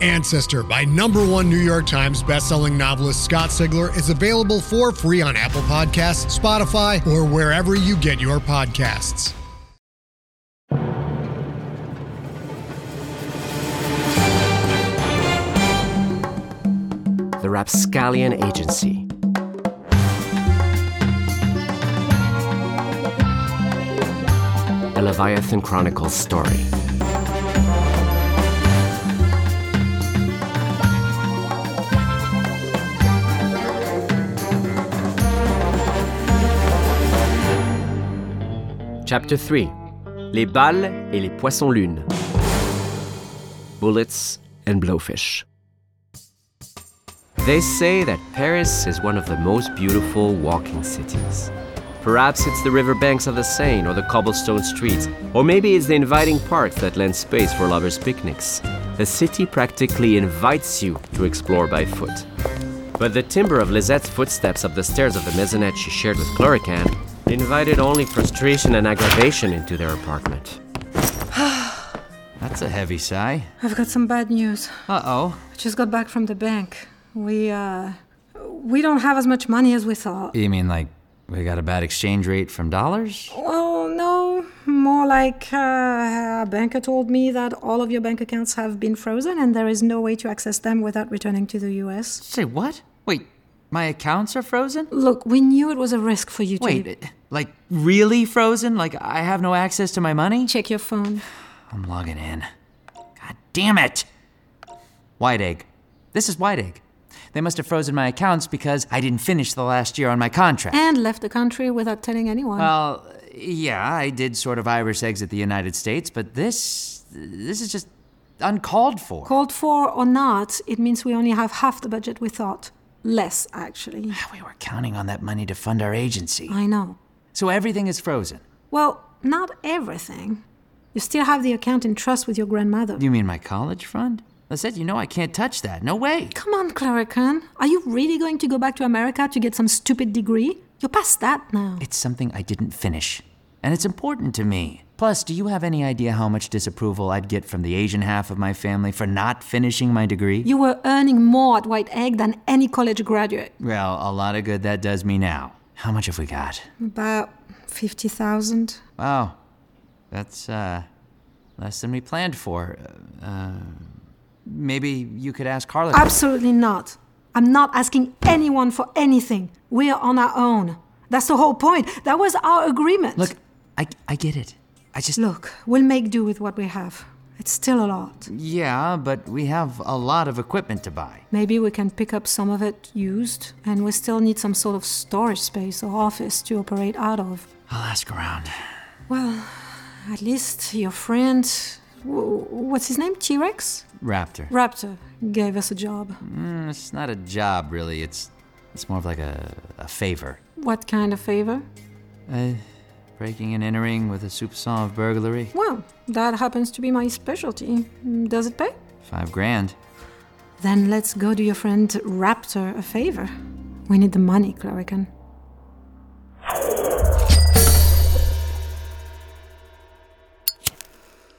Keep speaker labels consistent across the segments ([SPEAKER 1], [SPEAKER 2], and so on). [SPEAKER 1] Ancestor by number one New York Times bestselling novelist Scott Sigler is available for free on Apple Podcasts, Spotify, or wherever you get your podcasts.
[SPEAKER 2] The Rapscallion Agency. A Leviathan Chronicles story. Chapter 3 Les balles et les poissons lunes. Bullets and blowfish. They say that Paris is one of the most beautiful walking cities. Perhaps it's the riverbanks of the Seine or the cobblestone streets, or maybe it's the inviting parks that lend space for lovers' picnics. The city practically invites you to explore by foot. But the timbre of Lizette's footsteps up the stairs of the maisonette she shared with Chlorican invited only frustration and aggravation into their apartment.
[SPEAKER 3] That's a heavy sigh.
[SPEAKER 4] I've got some bad news.
[SPEAKER 3] Uh oh.
[SPEAKER 4] I just got back from the bank. We, uh, we don't have as much money as we thought.
[SPEAKER 3] You mean like we got a bad exchange rate from dollars?
[SPEAKER 4] Oh, no. More like uh, a banker told me that all of your bank accounts have been frozen and there is no way to access them without returning to the US.
[SPEAKER 3] Say what? Wait, my accounts are frozen?
[SPEAKER 4] Look, we knew it was a risk for you to
[SPEAKER 3] Wait, it- like really frozen? Like I have no access to my money?
[SPEAKER 4] check your phone.
[SPEAKER 3] I'm logging in. God damn it! White Egg. This is White Egg. They must have frozen my accounts because I didn't finish the last year on my contract.
[SPEAKER 4] And left the country without telling anyone.
[SPEAKER 3] Well, yeah, I did sort of Irish exit the United States, but this this is just uncalled for.
[SPEAKER 4] Called for or not, it means we only have half the budget we thought. Less, actually.
[SPEAKER 3] We were counting on that money to fund our agency.
[SPEAKER 4] I know.
[SPEAKER 3] So everything is frozen.
[SPEAKER 4] Well, not everything. You still have the account in trust with your grandmother.
[SPEAKER 3] You mean my college fund? I said, you know, I can't touch that. No way.
[SPEAKER 4] Come on, Clarican. Are you really going to go back to America to get some stupid degree? You're past that now.
[SPEAKER 3] It's something I didn't finish, and it's important to me. Plus, do you have any idea how much disapproval I'd get from the Asian half of my family for not finishing my degree?
[SPEAKER 4] You were earning more at White Egg than any college graduate.
[SPEAKER 3] well, a lot of good that does me now. How much have we got?
[SPEAKER 4] About 50,000.
[SPEAKER 3] Wow, that's uh, less than we planned for. Uh, uh, maybe you could ask Harlan.
[SPEAKER 4] Absolutely not. I'm not asking anyone for anything. We are on our own. That's the whole point. That was our agreement.
[SPEAKER 3] Look, I, I get it. I just
[SPEAKER 4] Look, we'll make do with what we have. It's still a lot.
[SPEAKER 3] yeah, but we have a lot of equipment to buy.
[SPEAKER 4] Maybe we can pick up some of it used, and we still need some sort of storage space or office to operate out of.
[SPEAKER 3] I'll ask around.
[SPEAKER 4] Well, at least your friend. wh- What's his name? T Rex?
[SPEAKER 3] Raptor.
[SPEAKER 4] Raptor gave us a job.
[SPEAKER 3] Mm, It's not a job, really. It's it's more of like a, a favor. Uh,
[SPEAKER 4] What kind of favor?
[SPEAKER 3] Breaking and entering with a soupçon of burglary.
[SPEAKER 4] Well, that happens to be my specialty. Mm, Does it pay?
[SPEAKER 3] Five grand.
[SPEAKER 4] Then let's go do your friend Raptor a favor. We need the money, Clarican.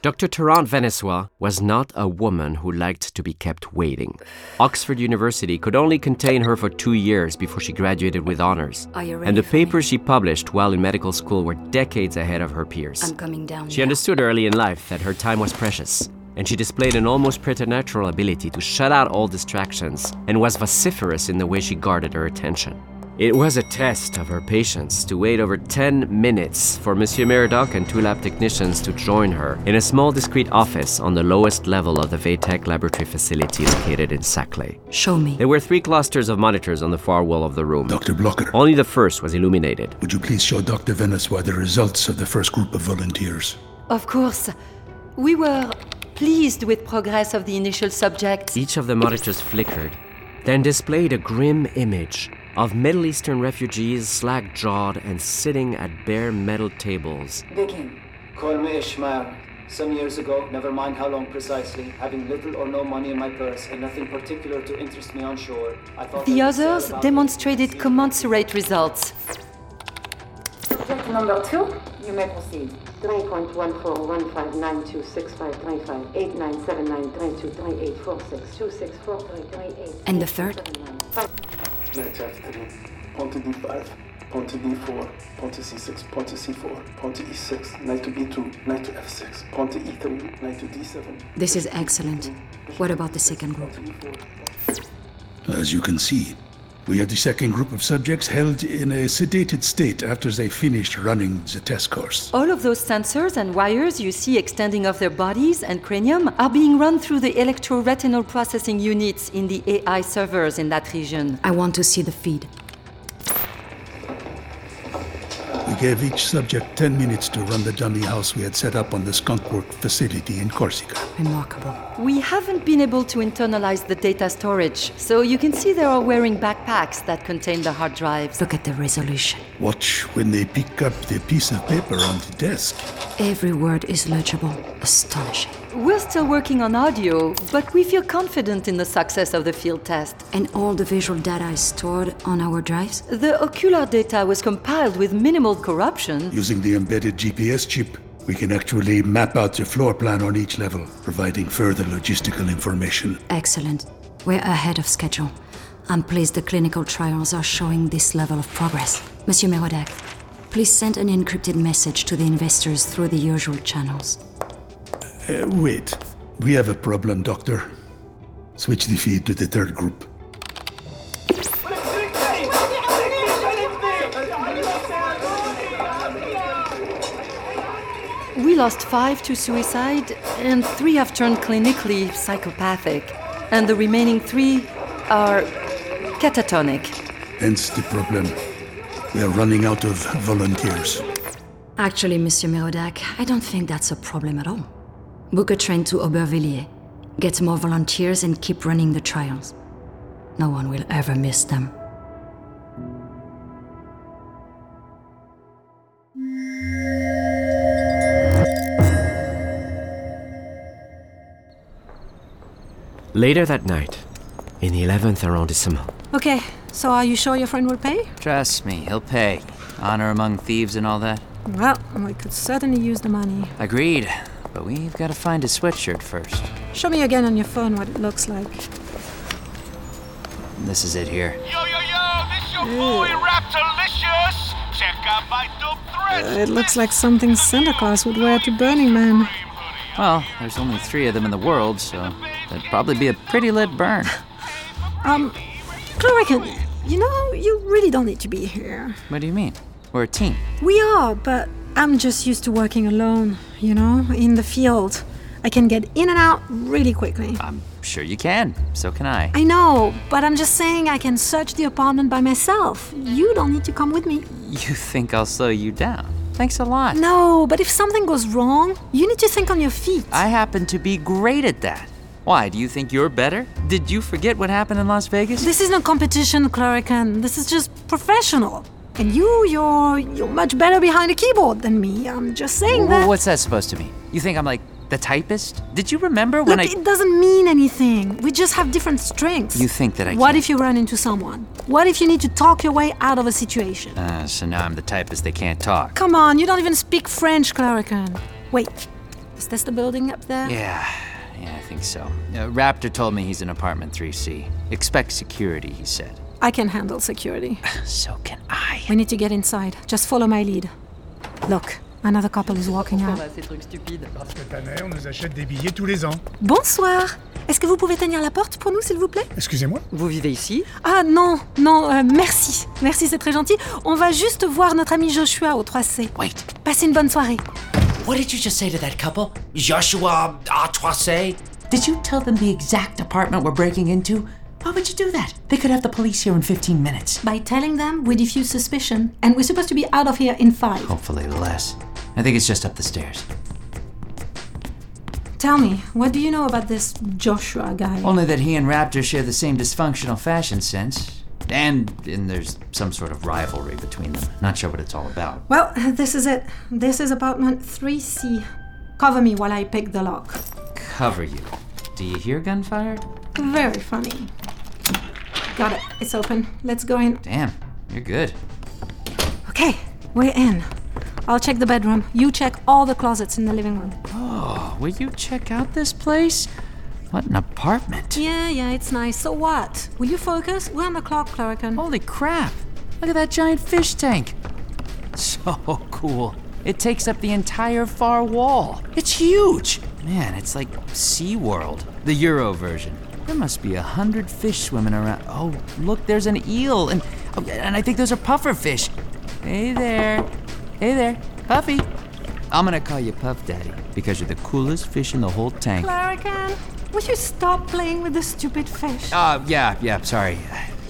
[SPEAKER 2] Dr. Tarant Venesois was not a woman who liked to be kept waiting. Oxford University could only contain her for two years before she graduated with honors.
[SPEAKER 5] Are you
[SPEAKER 2] and
[SPEAKER 5] ready
[SPEAKER 2] the
[SPEAKER 5] for
[SPEAKER 2] papers she published while in medical school were decades ahead of her peers.
[SPEAKER 5] I'm coming down.
[SPEAKER 2] She understood early in life that her time was precious, and she displayed an almost preternatural ability to shut out all distractions and was vociferous in the way she guarded her attention. It was a test of her patience to wait over 10 minutes for Monsieur Meridoc and two lab technicians to join her in a small discreet office on the lowest level of the VATEC laboratory facility located in Saclay.
[SPEAKER 5] Show me.
[SPEAKER 2] There were three clusters of monitors on the far wall of the room.
[SPEAKER 6] Dr. Blocker,
[SPEAKER 2] Only the first was illuminated.
[SPEAKER 6] would you please show Dr. Venesois the results of the first group of volunteers?
[SPEAKER 5] Of course. We were pleased with progress of the initial subjects.
[SPEAKER 2] Each of the monitors flickered, then displayed a grim image of Middle Eastern refugees slack jawed and sitting at bare metal tables.
[SPEAKER 7] Begin.
[SPEAKER 8] Call me Ishmael. Some years ago, never mind how long precisely, having little or no money in my purse and nothing particular to interest me on shore, I thought.
[SPEAKER 5] The
[SPEAKER 8] I would sail
[SPEAKER 5] others
[SPEAKER 8] about
[SPEAKER 5] demonstrated commensurate results.
[SPEAKER 7] Subject number two, you may proceed. 3.141592653589793238462643388.
[SPEAKER 5] And the third?
[SPEAKER 9] Knight F3, pawn to d5, pawn to d4, pawn to c6, pawn to c4, pawn to e6, E knight to b2, knight to f6, pawn to e3, E knight to d7.
[SPEAKER 5] This is excellent. What about the second group?
[SPEAKER 6] As you can see, we had the second group of subjects held in a sedated state after they finished running the test course.
[SPEAKER 5] All of those sensors and wires you see extending off their bodies and cranium are being run through the electroretinal processing units in the AI servers in that region.
[SPEAKER 10] I want to see the feed.
[SPEAKER 6] We gave each subject 10 minutes to run the dummy house we had set up on the skunkwork facility in Corsica.
[SPEAKER 10] Remarkable.
[SPEAKER 5] We haven't been able to internalize the data storage, so you can see they are wearing backpacks that contain the hard drives.
[SPEAKER 10] Look at the resolution.
[SPEAKER 6] Watch when they pick up the piece of paper on the desk.
[SPEAKER 10] Every word is legible. Astonishing.
[SPEAKER 5] We're still working on audio, but we feel confident in the success of the field test.
[SPEAKER 10] And all the visual data is stored on our drives?
[SPEAKER 5] The ocular data was compiled with minimal corruption.
[SPEAKER 6] Using the embedded GPS chip, we can actually map out the floor plan on each level, providing further logistical information.
[SPEAKER 10] Excellent. We're ahead of schedule. I'm pleased the clinical trials are showing this level of progress. Monsieur Merodac, please send an encrypted message to the investors through the usual channels.
[SPEAKER 6] Uh, wait, we have a problem, Doctor. Switch the feed to the third group.
[SPEAKER 5] We lost five to suicide, and three have turned clinically psychopathic, and the remaining three are catatonic.
[SPEAKER 6] Hence the problem. We are running out of volunteers.
[SPEAKER 10] Actually, Monsieur Merodac, I don't think that's a problem at all. Book a train to Aubervilliers, get more volunteers, and keep running the trials. No one will ever miss them.
[SPEAKER 2] Later that night, in the 11th arrondissement,
[SPEAKER 4] Okay, so are you sure your friend will pay?
[SPEAKER 3] Trust me, he'll pay. Honor among thieves and all that.
[SPEAKER 4] Well, we could certainly use the money.
[SPEAKER 3] Agreed. But we've got to find a sweatshirt first.
[SPEAKER 4] Show me again on your phone what it looks like.
[SPEAKER 3] This is it here.
[SPEAKER 11] Yo, yo, yo, this your boy Raptorlicious. Check out my dope threats.
[SPEAKER 4] It looks like something Santa Claus would wear to Burning Man.
[SPEAKER 3] Well, there's only three of them in the world, so that'd probably be a pretty lit burn.
[SPEAKER 4] Um, Clorican, you know, you really don't need to be here.
[SPEAKER 3] What do you mean? We're a team.
[SPEAKER 4] We are, but I'm just used to working alone, you know, in the field. I can get in and out really quickly.
[SPEAKER 3] I'm sure you can. So can I.
[SPEAKER 4] I know, but I'm just saying I can search the apartment by myself. You don't need to come with me.
[SPEAKER 3] You think I'll slow you down? Thanks a lot.
[SPEAKER 4] No, but if something goes wrong, you need to think on your feet.
[SPEAKER 3] I happen to be great at that. Why, do you think you're better? Did you forget what happened in Las Vegas?
[SPEAKER 4] This is no competition, Clorican. This is just professional. And you, you're you're much better behind a keyboard than me. I'm just saying
[SPEAKER 3] Wh-
[SPEAKER 4] that.
[SPEAKER 3] What's that supposed to mean? You think I'm like the typist? Did you remember when
[SPEAKER 4] Look,
[SPEAKER 3] I.
[SPEAKER 4] it doesn't mean anything. We just have different strengths.
[SPEAKER 3] You think that I
[SPEAKER 4] What
[SPEAKER 3] can't-
[SPEAKER 4] if you run into someone? What if you need to talk your way out of a situation?
[SPEAKER 3] Ah, so now I'm the typist they can't talk.
[SPEAKER 4] Come on, you don't even speak French, Clorican. Wait, is this the building up there?
[SPEAKER 3] Yeah, yeah, I think so. Uh, Raptor told me he's in apartment 3C. Expect security, he said.
[SPEAKER 4] I can handle security.
[SPEAKER 3] So can I.
[SPEAKER 4] We need to get inside. Just follow my lead. Look, another couple is walking out. Bonsoir. Est-ce que vous pouvez tenir la porte pour nous, s'il vous plaît
[SPEAKER 9] Excusez-moi
[SPEAKER 5] Vous vivez ici?
[SPEAKER 4] Ah non, non, euh, merci. Merci, c'est très gentil. On va juste voir notre ami Joshua au 3C.
[SPEAKER 3] Wait,
[SPEAKER 4] Passez une bonne soirée.
[SPEAKER 12] What did you just say to that couple? Joshua Artroise? Did you tell them the exact apartment we're breaking into? Why would you do that? They could have the police here in 15 minutes.
[SPEAKER 4] By telling them, we diffuse suspicion, and we're supposed to be out of here in five.
[SPEAKER 3] hopefully less. I think it's just up the stairs.
[SPEAKER 4] Tell me, what do you know about this Joshua guy?
[SPEAKER 3] Only that he and Raptor share the same dysfunctional fashion sense. And, and there's some sort of rivalry between them. Not sure what it's all about.
[SPEAKER 4] Well, this is it. This is apartment 3C. Cover me while I pick the lock.
[SPEAKER 3] Cover you. Do you hear gunfire?
[SPEAKER 4] Very funny. Got it. It's open. Let's go in.
[SPEAKER 3] Damn, you're good.
[SPEAKER 4] Okay, we're in. I'll check the bedroom. You check all the closets in the living room.
[SPEAKER 3] Oh, will you check out this place? What an apartment.
[SPEAKER 4] Yeah, yeah, it's nice. So what? Will you focus? We're on the clock, Clorican.
[SPEAKER 3] Holy crap! Look at that giant fish tank. So cool. It takes up the entire far wall. It's huge. Man, it's like SeaWorld, the Euro version. There must be a hundred fish swimming around. Oh, look, there's an eel, and oh, and I think those are puffer fish. Hey there, hey there, Puffy. I'm gonna call you Puff Daddy because you're the coolest fish in the whole tank.
[SPEAKER 4] Clorican, would you stop playing with the stupid fish?
[SPEAKER 3] Uh, yeah, yeah, sorry.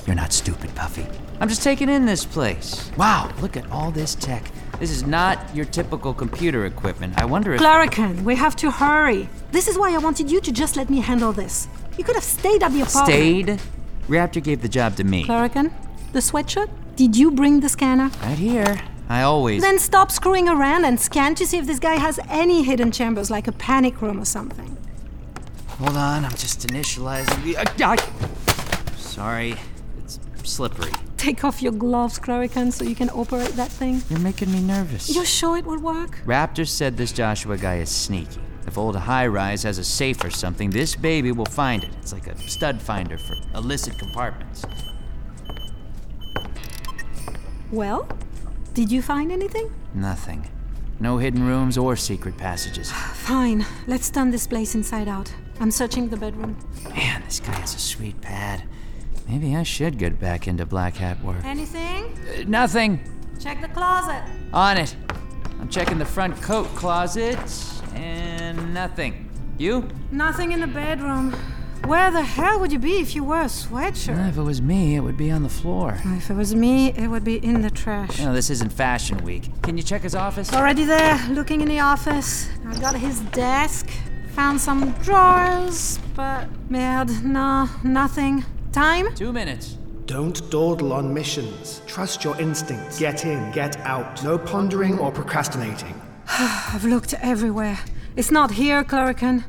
[SPEAKER 3] You're not stupid, Puffy. I'm just taking in this place. Wow, look at all this tech. This is not your typical computer equipment. I wonder if.
[SPEAKER 4] Clorican, we have to hurry. This is why I wanted you to just let me handle this. You could have stayed at the apartment.
[SPEAKER 3] Stayed? Raptor gave the job to me.
[SPEAKER 4] Clorican, the sweatshirt? Did you bring the scanner?
[SPEAKER 3] Right here. I always.
[SPEAKER 4] Then stop screwing around and scan to see if this guy has any hidden chambers, like a panic room or something.
[SPEAKER 3] Hold on, I'm just initializing the. Uh, I- Sorry, it's slippery.
[SPEAKER 4] Take off your gloves, Clorican, so you can operate that thing.
[SPEAKER 3] You're making me nervous.
[SPEAKER 4] You sure it would work?
[SPEAKER 3] Raptor said this Joshua guy is sneaky. If old high rise has a safe or something, this baby will find it. It's like a stud finder for illicit compartments.
[SPEAKER 4] Well, did you find anything?
[SPEAKER 3] Nothing. No hidden rooms or secret passages.
[SPEAKER 4] Fine, let's turn this place inside out. I'm searching the bedroom.
[SPEAKER 3] Man, this guy has a sweet pad. Maybe I should get back into black hat work.
[SPEAKER 4] Anything?
[SPEAKER 3] Uh, nothing.
[SPEAKER 4] Check the closet.
[SPEAKER 3] On it. I'm checking the front coat closet, and nothing. You?
[SPEAKER 4] Nothing in the bedroom. Where the hell would you be if you were a sweatshirt?
[SPEAKER 3] Well, if it was me, it would be on the floor.
[SPEAKER 4] Uh, If it was me, it would be in the trash.
[SPEAKER 3] No, this isn't fashion week. Can you Uh, check his office?
[SPEAKER 4] Already there, looking in the office. I got his desk, found some drawers, but mad, no, nothing. Time?
[SPEAKER 3] Two minutes.
[SPEAKER 13] Don't dawdle on missions. Trust your instincts. Get in, get out. No pondering or procrastinating.
[SPEAKER 4] I've looked everywhere. It's not here, Clorican.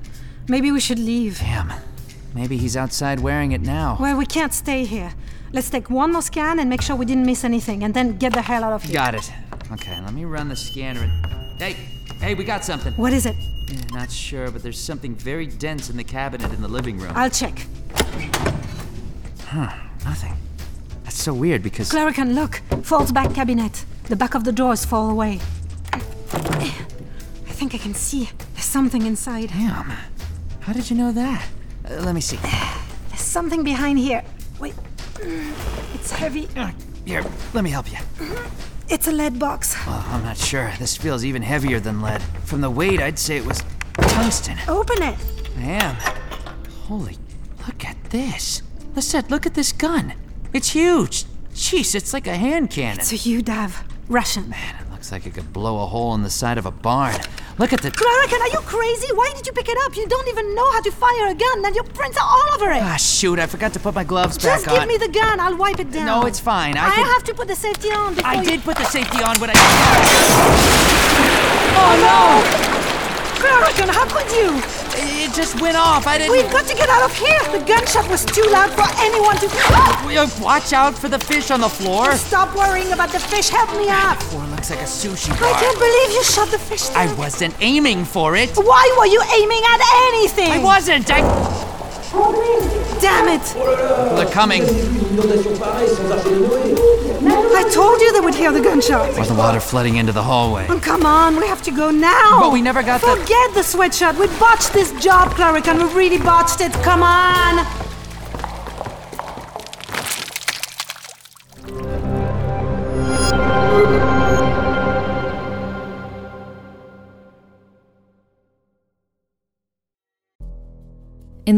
[SPEAKER 4] Maybe we should leave.
[SPEAKER 3] Damn. Maybe he's outside wearing it now.
[SPEAKER 4] Well, we can't stay here. Let's take one more scan and make sure we didn't miss anything, and then get the hell out of here.
[SPEAKER 3] Got it. Okay, let me run the scanner. And... Hey, hey, we got something.
[SPEAKER 4] What is it?
[SPEAKER 3] Yeah, not sure, but there's something very dense in the cabinet in the living room.
[SPEAKER 4] I'll check.
[SPEAKER 3] Huh, nothing. That's so weird because.
[SPEAKER 4] Clerican, look! Falls back cabinet. The back of the doors fall away.
[SPEAKER 3] uh,
[SPEAKER 4] I think I can see. There's something inside.
[SPEAKER 3] Damn. How did you know that? Uh, let me see.
[SPEAKER 4] There's something behind here. Wait. Mm, It's heavy. Mm-hmm.
[SPEAKER 3] Here, let me help you.
[SPEAKER 4] It's a lead box.
[SPEAKER 3] Well, I'm not sure. This feels even heavier than lead. From the weight, I'd say it was tungsten.
[SPEAKER 4] Open it.
[SPEAKER 3] I am. Holy, look at this. Lisette, look at this gun. It's huge. Jeez, it's like a hand cannon.
[SPEAKER 4] It's a UDAV. Russian.
[SPEAKER 3] Man, it looks like it could blow a hole in the side of a barn. Look at the.
[SPEAKER 4] Clarican, are you crazy? Why did you pick it up? You don't even know how to fire a gun, and your prints are all over it.
[SPEAKER 3] Ah, shoot, I forgot to put my gloves
[SPEAKER 4] Just
[SPEAKER 3] back on.
[SPEAKER 4] give me the gun. I'll wipe it down.
[SPEAKER 3] No, it's fine. I,
[SPEAKER 4] I
[SPEAKER 3] can-
[SPEAKER 4] have to put the safety on before
[SPEAKER 3] I
[SPEAKER 4] you-
[SPEAKER 3] did put the safety on when I. Oh
[SPEAKER 4] Clarican, how could you?
[SPEAKER 3] no! It just went off. I didn't.
[SPEAKER 4] We've got to get out of here. The gunshot was too loud for anyone to. Ah!
[SPEAKER 3] Uh, Watch out for the fish on the floor.
[SPEAKER 4] Stop worrying about the fish. Help me up.
[SPEAKER 3] Floor looks like a sushi
[SPEAKER 4] I
[SPEAKER 3] bar.
[SPEAKER 4] can't believe you shot the fish.
[SPEAKER 3] I wasn't aiming for it.
[SPEAKER 4] Why were you aiming at anything?
[SPEAKER 3] I wasn't. I...
[SPEAKER 4] Damn it!
[SPEAKER 3] They're coming.
[SPEAKER 4] I told you they would hear the gunshot.
[SPEAKER 3] Or the water flooding into the hallway.
[SPEAKER 4] Oh, come on, we have to go now.
[SPEAKER 3] But we never got the-
[SPEAKER 4] Forget the sweatshirt. We botched this job, Clarican. We really botched it. Come on.
[SPEAKER 14] In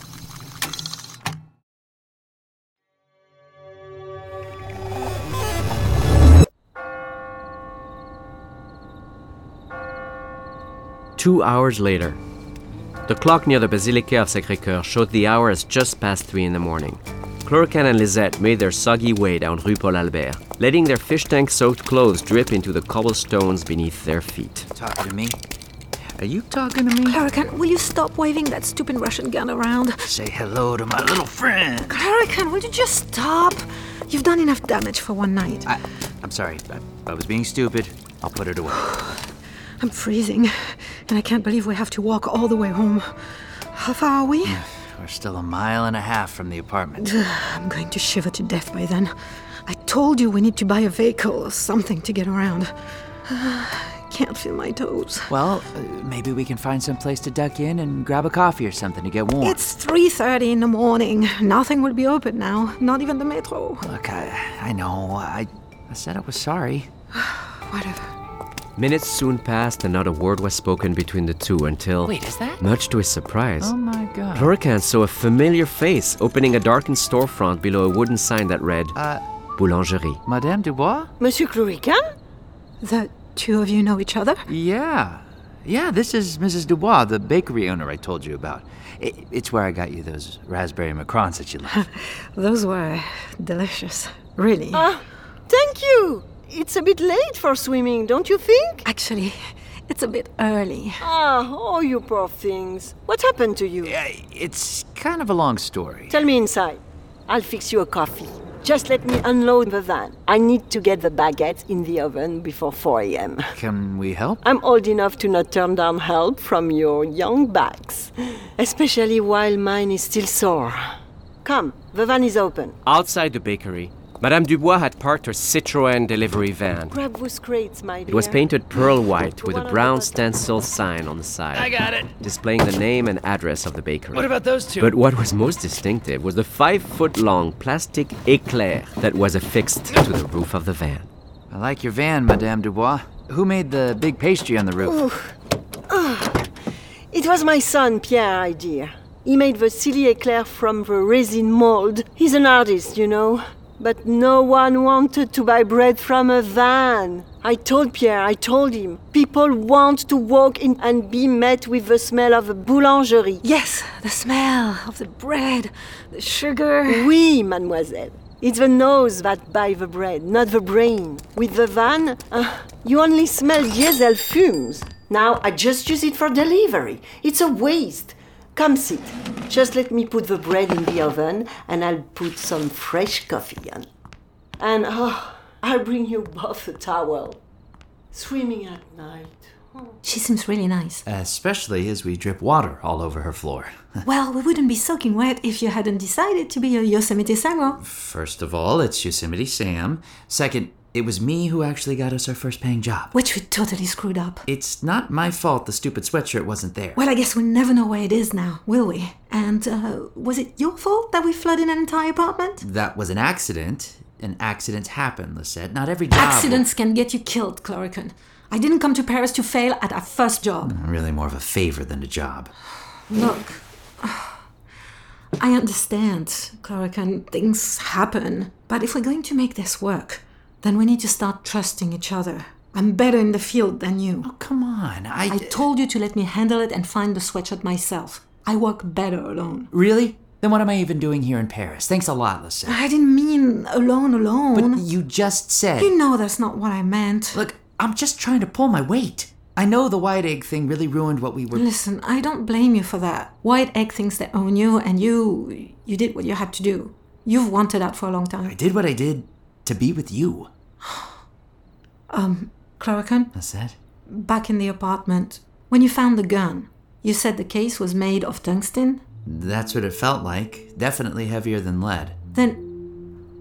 [SPEAKER 2] Two hours later, the clock near the Basilica of Sacre Coeur showed the hour as just past three in the morning. Chlorican and Lisette made their soggy way down Rue Paul Albert, letting their fish tank soaked clothes drip into the cobblestones beneath their feet.
[SPEAKER 3] Talking to me? Are you
[SPEAKER 2] talking
[SPEAKER 3] to me?
[SPEAKER 4] Clarican, will you stop waving that stupid Russian gun around?
[SPEAKER 3] Say hello to my little friend.
[SPEAKER 4] Clarican, will you just stop? You've done enough damage for one night. I...
[SPEAKER 3] I'm sorry. I, I was being stupid. I'll put it away.
[SPEAKER 4] am freezing, and I can't believe we have to walk all the way home. How far are we?
[SPEAKER 3] We're still a mile and a half from the apartment.
[SPEAKER 4] I'm going to shiver to death by then. I told you we need to buy a vehicle or something to get around. can't feel my toes.
[SPEAKER 3] Well, uh, maybe we can find some place to duck in and grab a coffee or something to get warm.
[SPEAKER 4] It's 3:30 in the morning. Nothing will be open now, not even the metro.
[SPEAKER 3] Look, I, I know. I, I said I was sorry.
[SPEAKER 2] Minutes soon passed and not a word was spoken between the two until.
[SPEAKER 3] Wait, is that-
[SPEAKER 2] Much to his surprise.
[SPEAKER 3] Oh my god.
[SPEAKER 2] Chlorican saw a familiar face opening a darkened storefront below a wooden sign that read
[SPEAKER 3] Uh,
[SPEAKER 2] Boulangerie.
[SPEAKER 3] Madame Dubois?
[SPEAKER 4] Monsieur Clarican? The two of you know each other?
[SPEAKER 3] Yeah. Yeah, this is Mrs. Dubois, the bakery owner I told you about. It, it's where I got you those raspberry macrons that you love.
[SPEAKER 4] Those were delicious. Really.
[SPEAKER 15] Ah, thank you. It's a bit late for swimming, don't you think?
[SPEAKER 4] Actually, it's a bit early.
[SPEAKER 15] Ah, oh, you poor things. What happened to you?
[SPEAKER 3] it's kind of a long story.
[SPEAKER 15] Tell me inside. I'll fix you a coffee. Just let me unload the van. I need to get the baguettes in the oven before 4 a.m.
[SPEAKER 3] Can we help?
[SPEAKER 15] I'm old enough to not turn down help from your young backs, especially while mine is still sore. Come, the van is open.
[SPEAKER 2] Outside the bakery, Madame Dubois had parked her Citroën delivery van.
[SPEAKER 15] Grab those crates, my dear.
[SPEAKER 2] It was painted pearl white with a brown stencil sign on the side.
[SPEAKER 15] I got it.
[SPEAKER 2] Displaying the name and address of the bakery.
[SPEAKER 15] What about those two?
[SPEAKER 2] But what was most distinctive was the five foot long plastic éclair that was affixed to the roof of the van.
[SPEAKER 3] I like your van, Madame Dubois. Who made the big pastry on the roof?
[SPEAKER 15] Ooh. Ah, it was my son Pierre's idea. He made the silly eclair from the resin mold. He's an artist, you know. But no one wanted to buy bread from a van. I told Pierre, I told him, people want to walk in and be met with the smell of a boulangerie.
[SPEAKER 4] Yes, the smell of the bread, the sugar.
[SPEAKER 15] Oui, mademoiselle. It's the nose that buys the bread, not the brain. With the van, uh, you only smell diesel fumes. Now I just use it for delivery. It's a waste. Come sit. Just let me put the bread in the oven and I'll put some fresh coffee on. And oh, I'll bring you both a towel. Swimming at night.
[SPEAKER 4] She seems really nice.
[SPEAKER 3] Especially as we drip water all over her floor.
[SPEAKER 4] Well, we wouldn't be soaking wet if you hadn't decided to be a Yosemite Samo.
[SPEAKER 3] First of all, it's Yosemite Sam. Second, it was me who actually got us our first paying job.
[SPEAKER 4] Which we totally screwed up.
[SPEAKER 3] It's not my fault the stupid sweatshirt wasn't there.
[SPEAKER 4] Well, I guess we'll never know where it is now, will we? And uh, was it your fault that we flooded an entire apartment?
[SPEAKER 3] That was an accident, and accidents happen, Lisette. Not every job.
[SPEAKER 4] Accidents can get you killed, Clorican. I didn't come to Paris to fail at our first job.
[SPEAKER 3] Really more of a favor than a job.
[SPEAKER 4] Look, I understand, Clorican, things happen. But if we're going to make this work, then we need to start trusting each other. I'm better in the field than you. Oh,
[SPEAKER 3] come on. I,
[SPEAKER 4] told you to let me handle it and find the sweatshirt myself. I work better alone.
[SPEAKER 3] Really? Then what am I even doing here in Paris? Thanks a lot, Lisette.
[SPEAKER 4] I didn't mean alone, alone.
[SPEAKER 3] But you just said.
[SPEAKER 4] you know that's not what I meant.
[SPEAKER 3] Look, I'm just trying to pull my weight. I know the white egg thing really ruined what we were.
[SPEAKER 4] Listen, I don't blame you for that. White Egg thinks they own you, and you. you did what you had to do. You've wanted that for a long time.
[SPEAKER 3] I did what I did to be with you.
[SPEAKER 4] Um, Claricon,
[SPEAKER 3] Lisette?
[SPEAKER 4] back in the apartment, when you found the gun, you said the case was made of tungsten?
[SPEAKER 3] That's what it felt like. Definitely heavier than lead.
[SPEAKER 4] Then,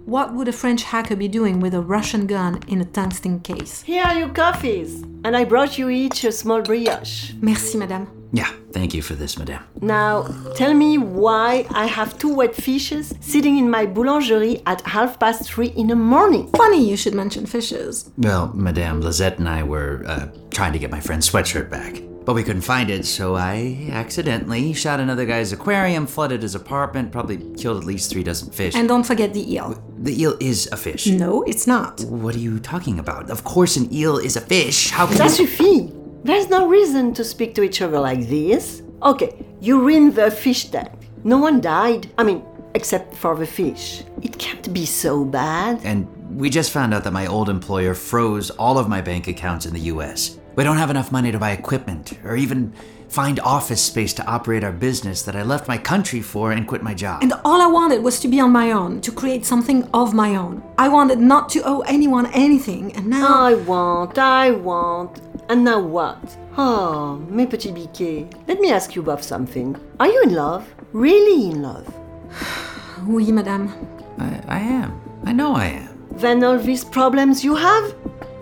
[SPEAKER 4] what would a French hacker be doing with a Russian gun in a tungsten case?
[SPEAKER 15] Here are your coffees, and I brought you each a small brioche.
[SPEAKER 4] Merci, madame.
[SPEAKER 3] Yeah, thank you for this, madame.
[SPEAKER 15] Now, tell me why I have two wet fishes sitting in my boulangerie at half past three in the morning.
[SPEAKER 4] Funny you should mention fishes.
[SPEAKER 3] Well, Madame Lizette and I were uh, trying to get my friend's sweatshirt back, but we couldn't find it, so I accidentally shot another guy's aquarium, flooded his apartment, probably killed at least three dozen fish.
[SPEAKER 4] And don't forget the E eel.
[SPEAKER 3] the eel is a fish.
[SPEAKER 4] No, it's not.
[SPEAKER 3] What are you talking about? Of course, an eel is a fish. How can
[SPEAKER 15] Ça suffit. There's no reason to speak to each other like this. Okay, you ruined the fish tank. No one died. I mean, except for the fish. It can't be so bad.
[SPEAKER 3] And we just found out that my old employer froze all of my bank accounts in the US. We don't have enough money to buy equipment or even find office space to operate our business that I left my country for and quit my job.
[SPEAKER 4] And all I wanted was to be on my own, to create something of my own. I wanted not to owe anyone anything, and now.
[SPEAKER 15] I want, I want. And now what? Oh, mes petits biquets. Let me ask you about something. Are you in love? Really in love?
[SPEAKER 4] Oui, madame.
[SPEAKER 3] I, I am. I know I am.
[SPEAKER 15] Then all these problems you have?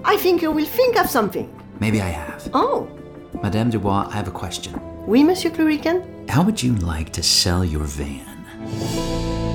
[SPEAKER 15] I think you will think of something.
[SPEAKER 3] Maybe I have.
[SPEAKER 15] Oh,
[SPEAKER 3] Madame Dubois, I have a question.
[SPEAKER 15] oui, Monsieur Clurican?
[SPEAKER 3] How would you like to sell your van?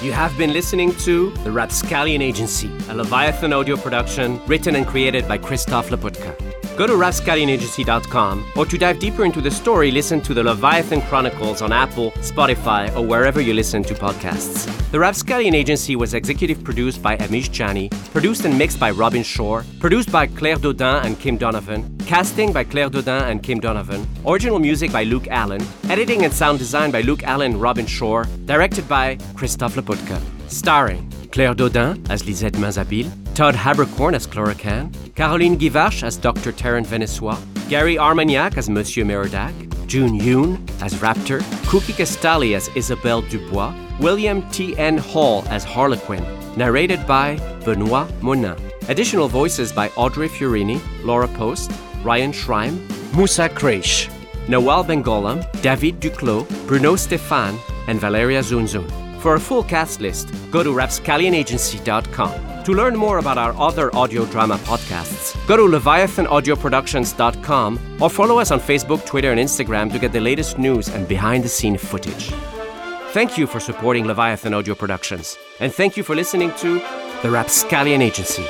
[SPEAKER 2] You have been listening to The Rapscallion Agency, a Leviathan audio production written and created by Christoph Laputka. Go to rapscallionagency.com or to dive deeper into the story, listen to The Leviathan Chronicles on Apple, Spotify, or wherever you listen to podcasts. The Rapscallion Agency was executive produced by Amish Chani, produced and mixed by Robin Shore, produced by Claire Dodin and Kim Donovan, casting by Claire Dodin and Kim Donovan, original music by Luke Allen, editing and sound design by Luke Allen and Robin Shore, directed by Christophe Lapotka. Starring Claire Dodin as Lisette Mazabil, Todd Habercorn as Chlorocan, Caroline Guivarch as Dr. Tarrant Venesois, Gary Armagnac as Monsieur Merodac, June Yoon as Raptor, Cookie Castali as Isabelle Dubois, William T. N. Hall as Harlequin, narrated by Benoit Monin. Additional voices by Audrey Fiorini, Laura Post, Ryan Schreim, Moussa Kreish, Nawal Bengolam, David Duclos, Bruno Stefan, and Valeria Zunzun. For a full cast list, go to rapscallionagency.com. To learn more about our other audio drama podcasts, go to leviathanaudioproductions.com or follow us on Facebook, Twitter, and Instagram to get the latest news and behind the scene footage. Thank you for supporting Leviathan Audio Productions, and thank you for listening to The Rapscallion Agency.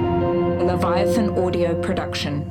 [SPEAKER 16] Leviathan Audio Production.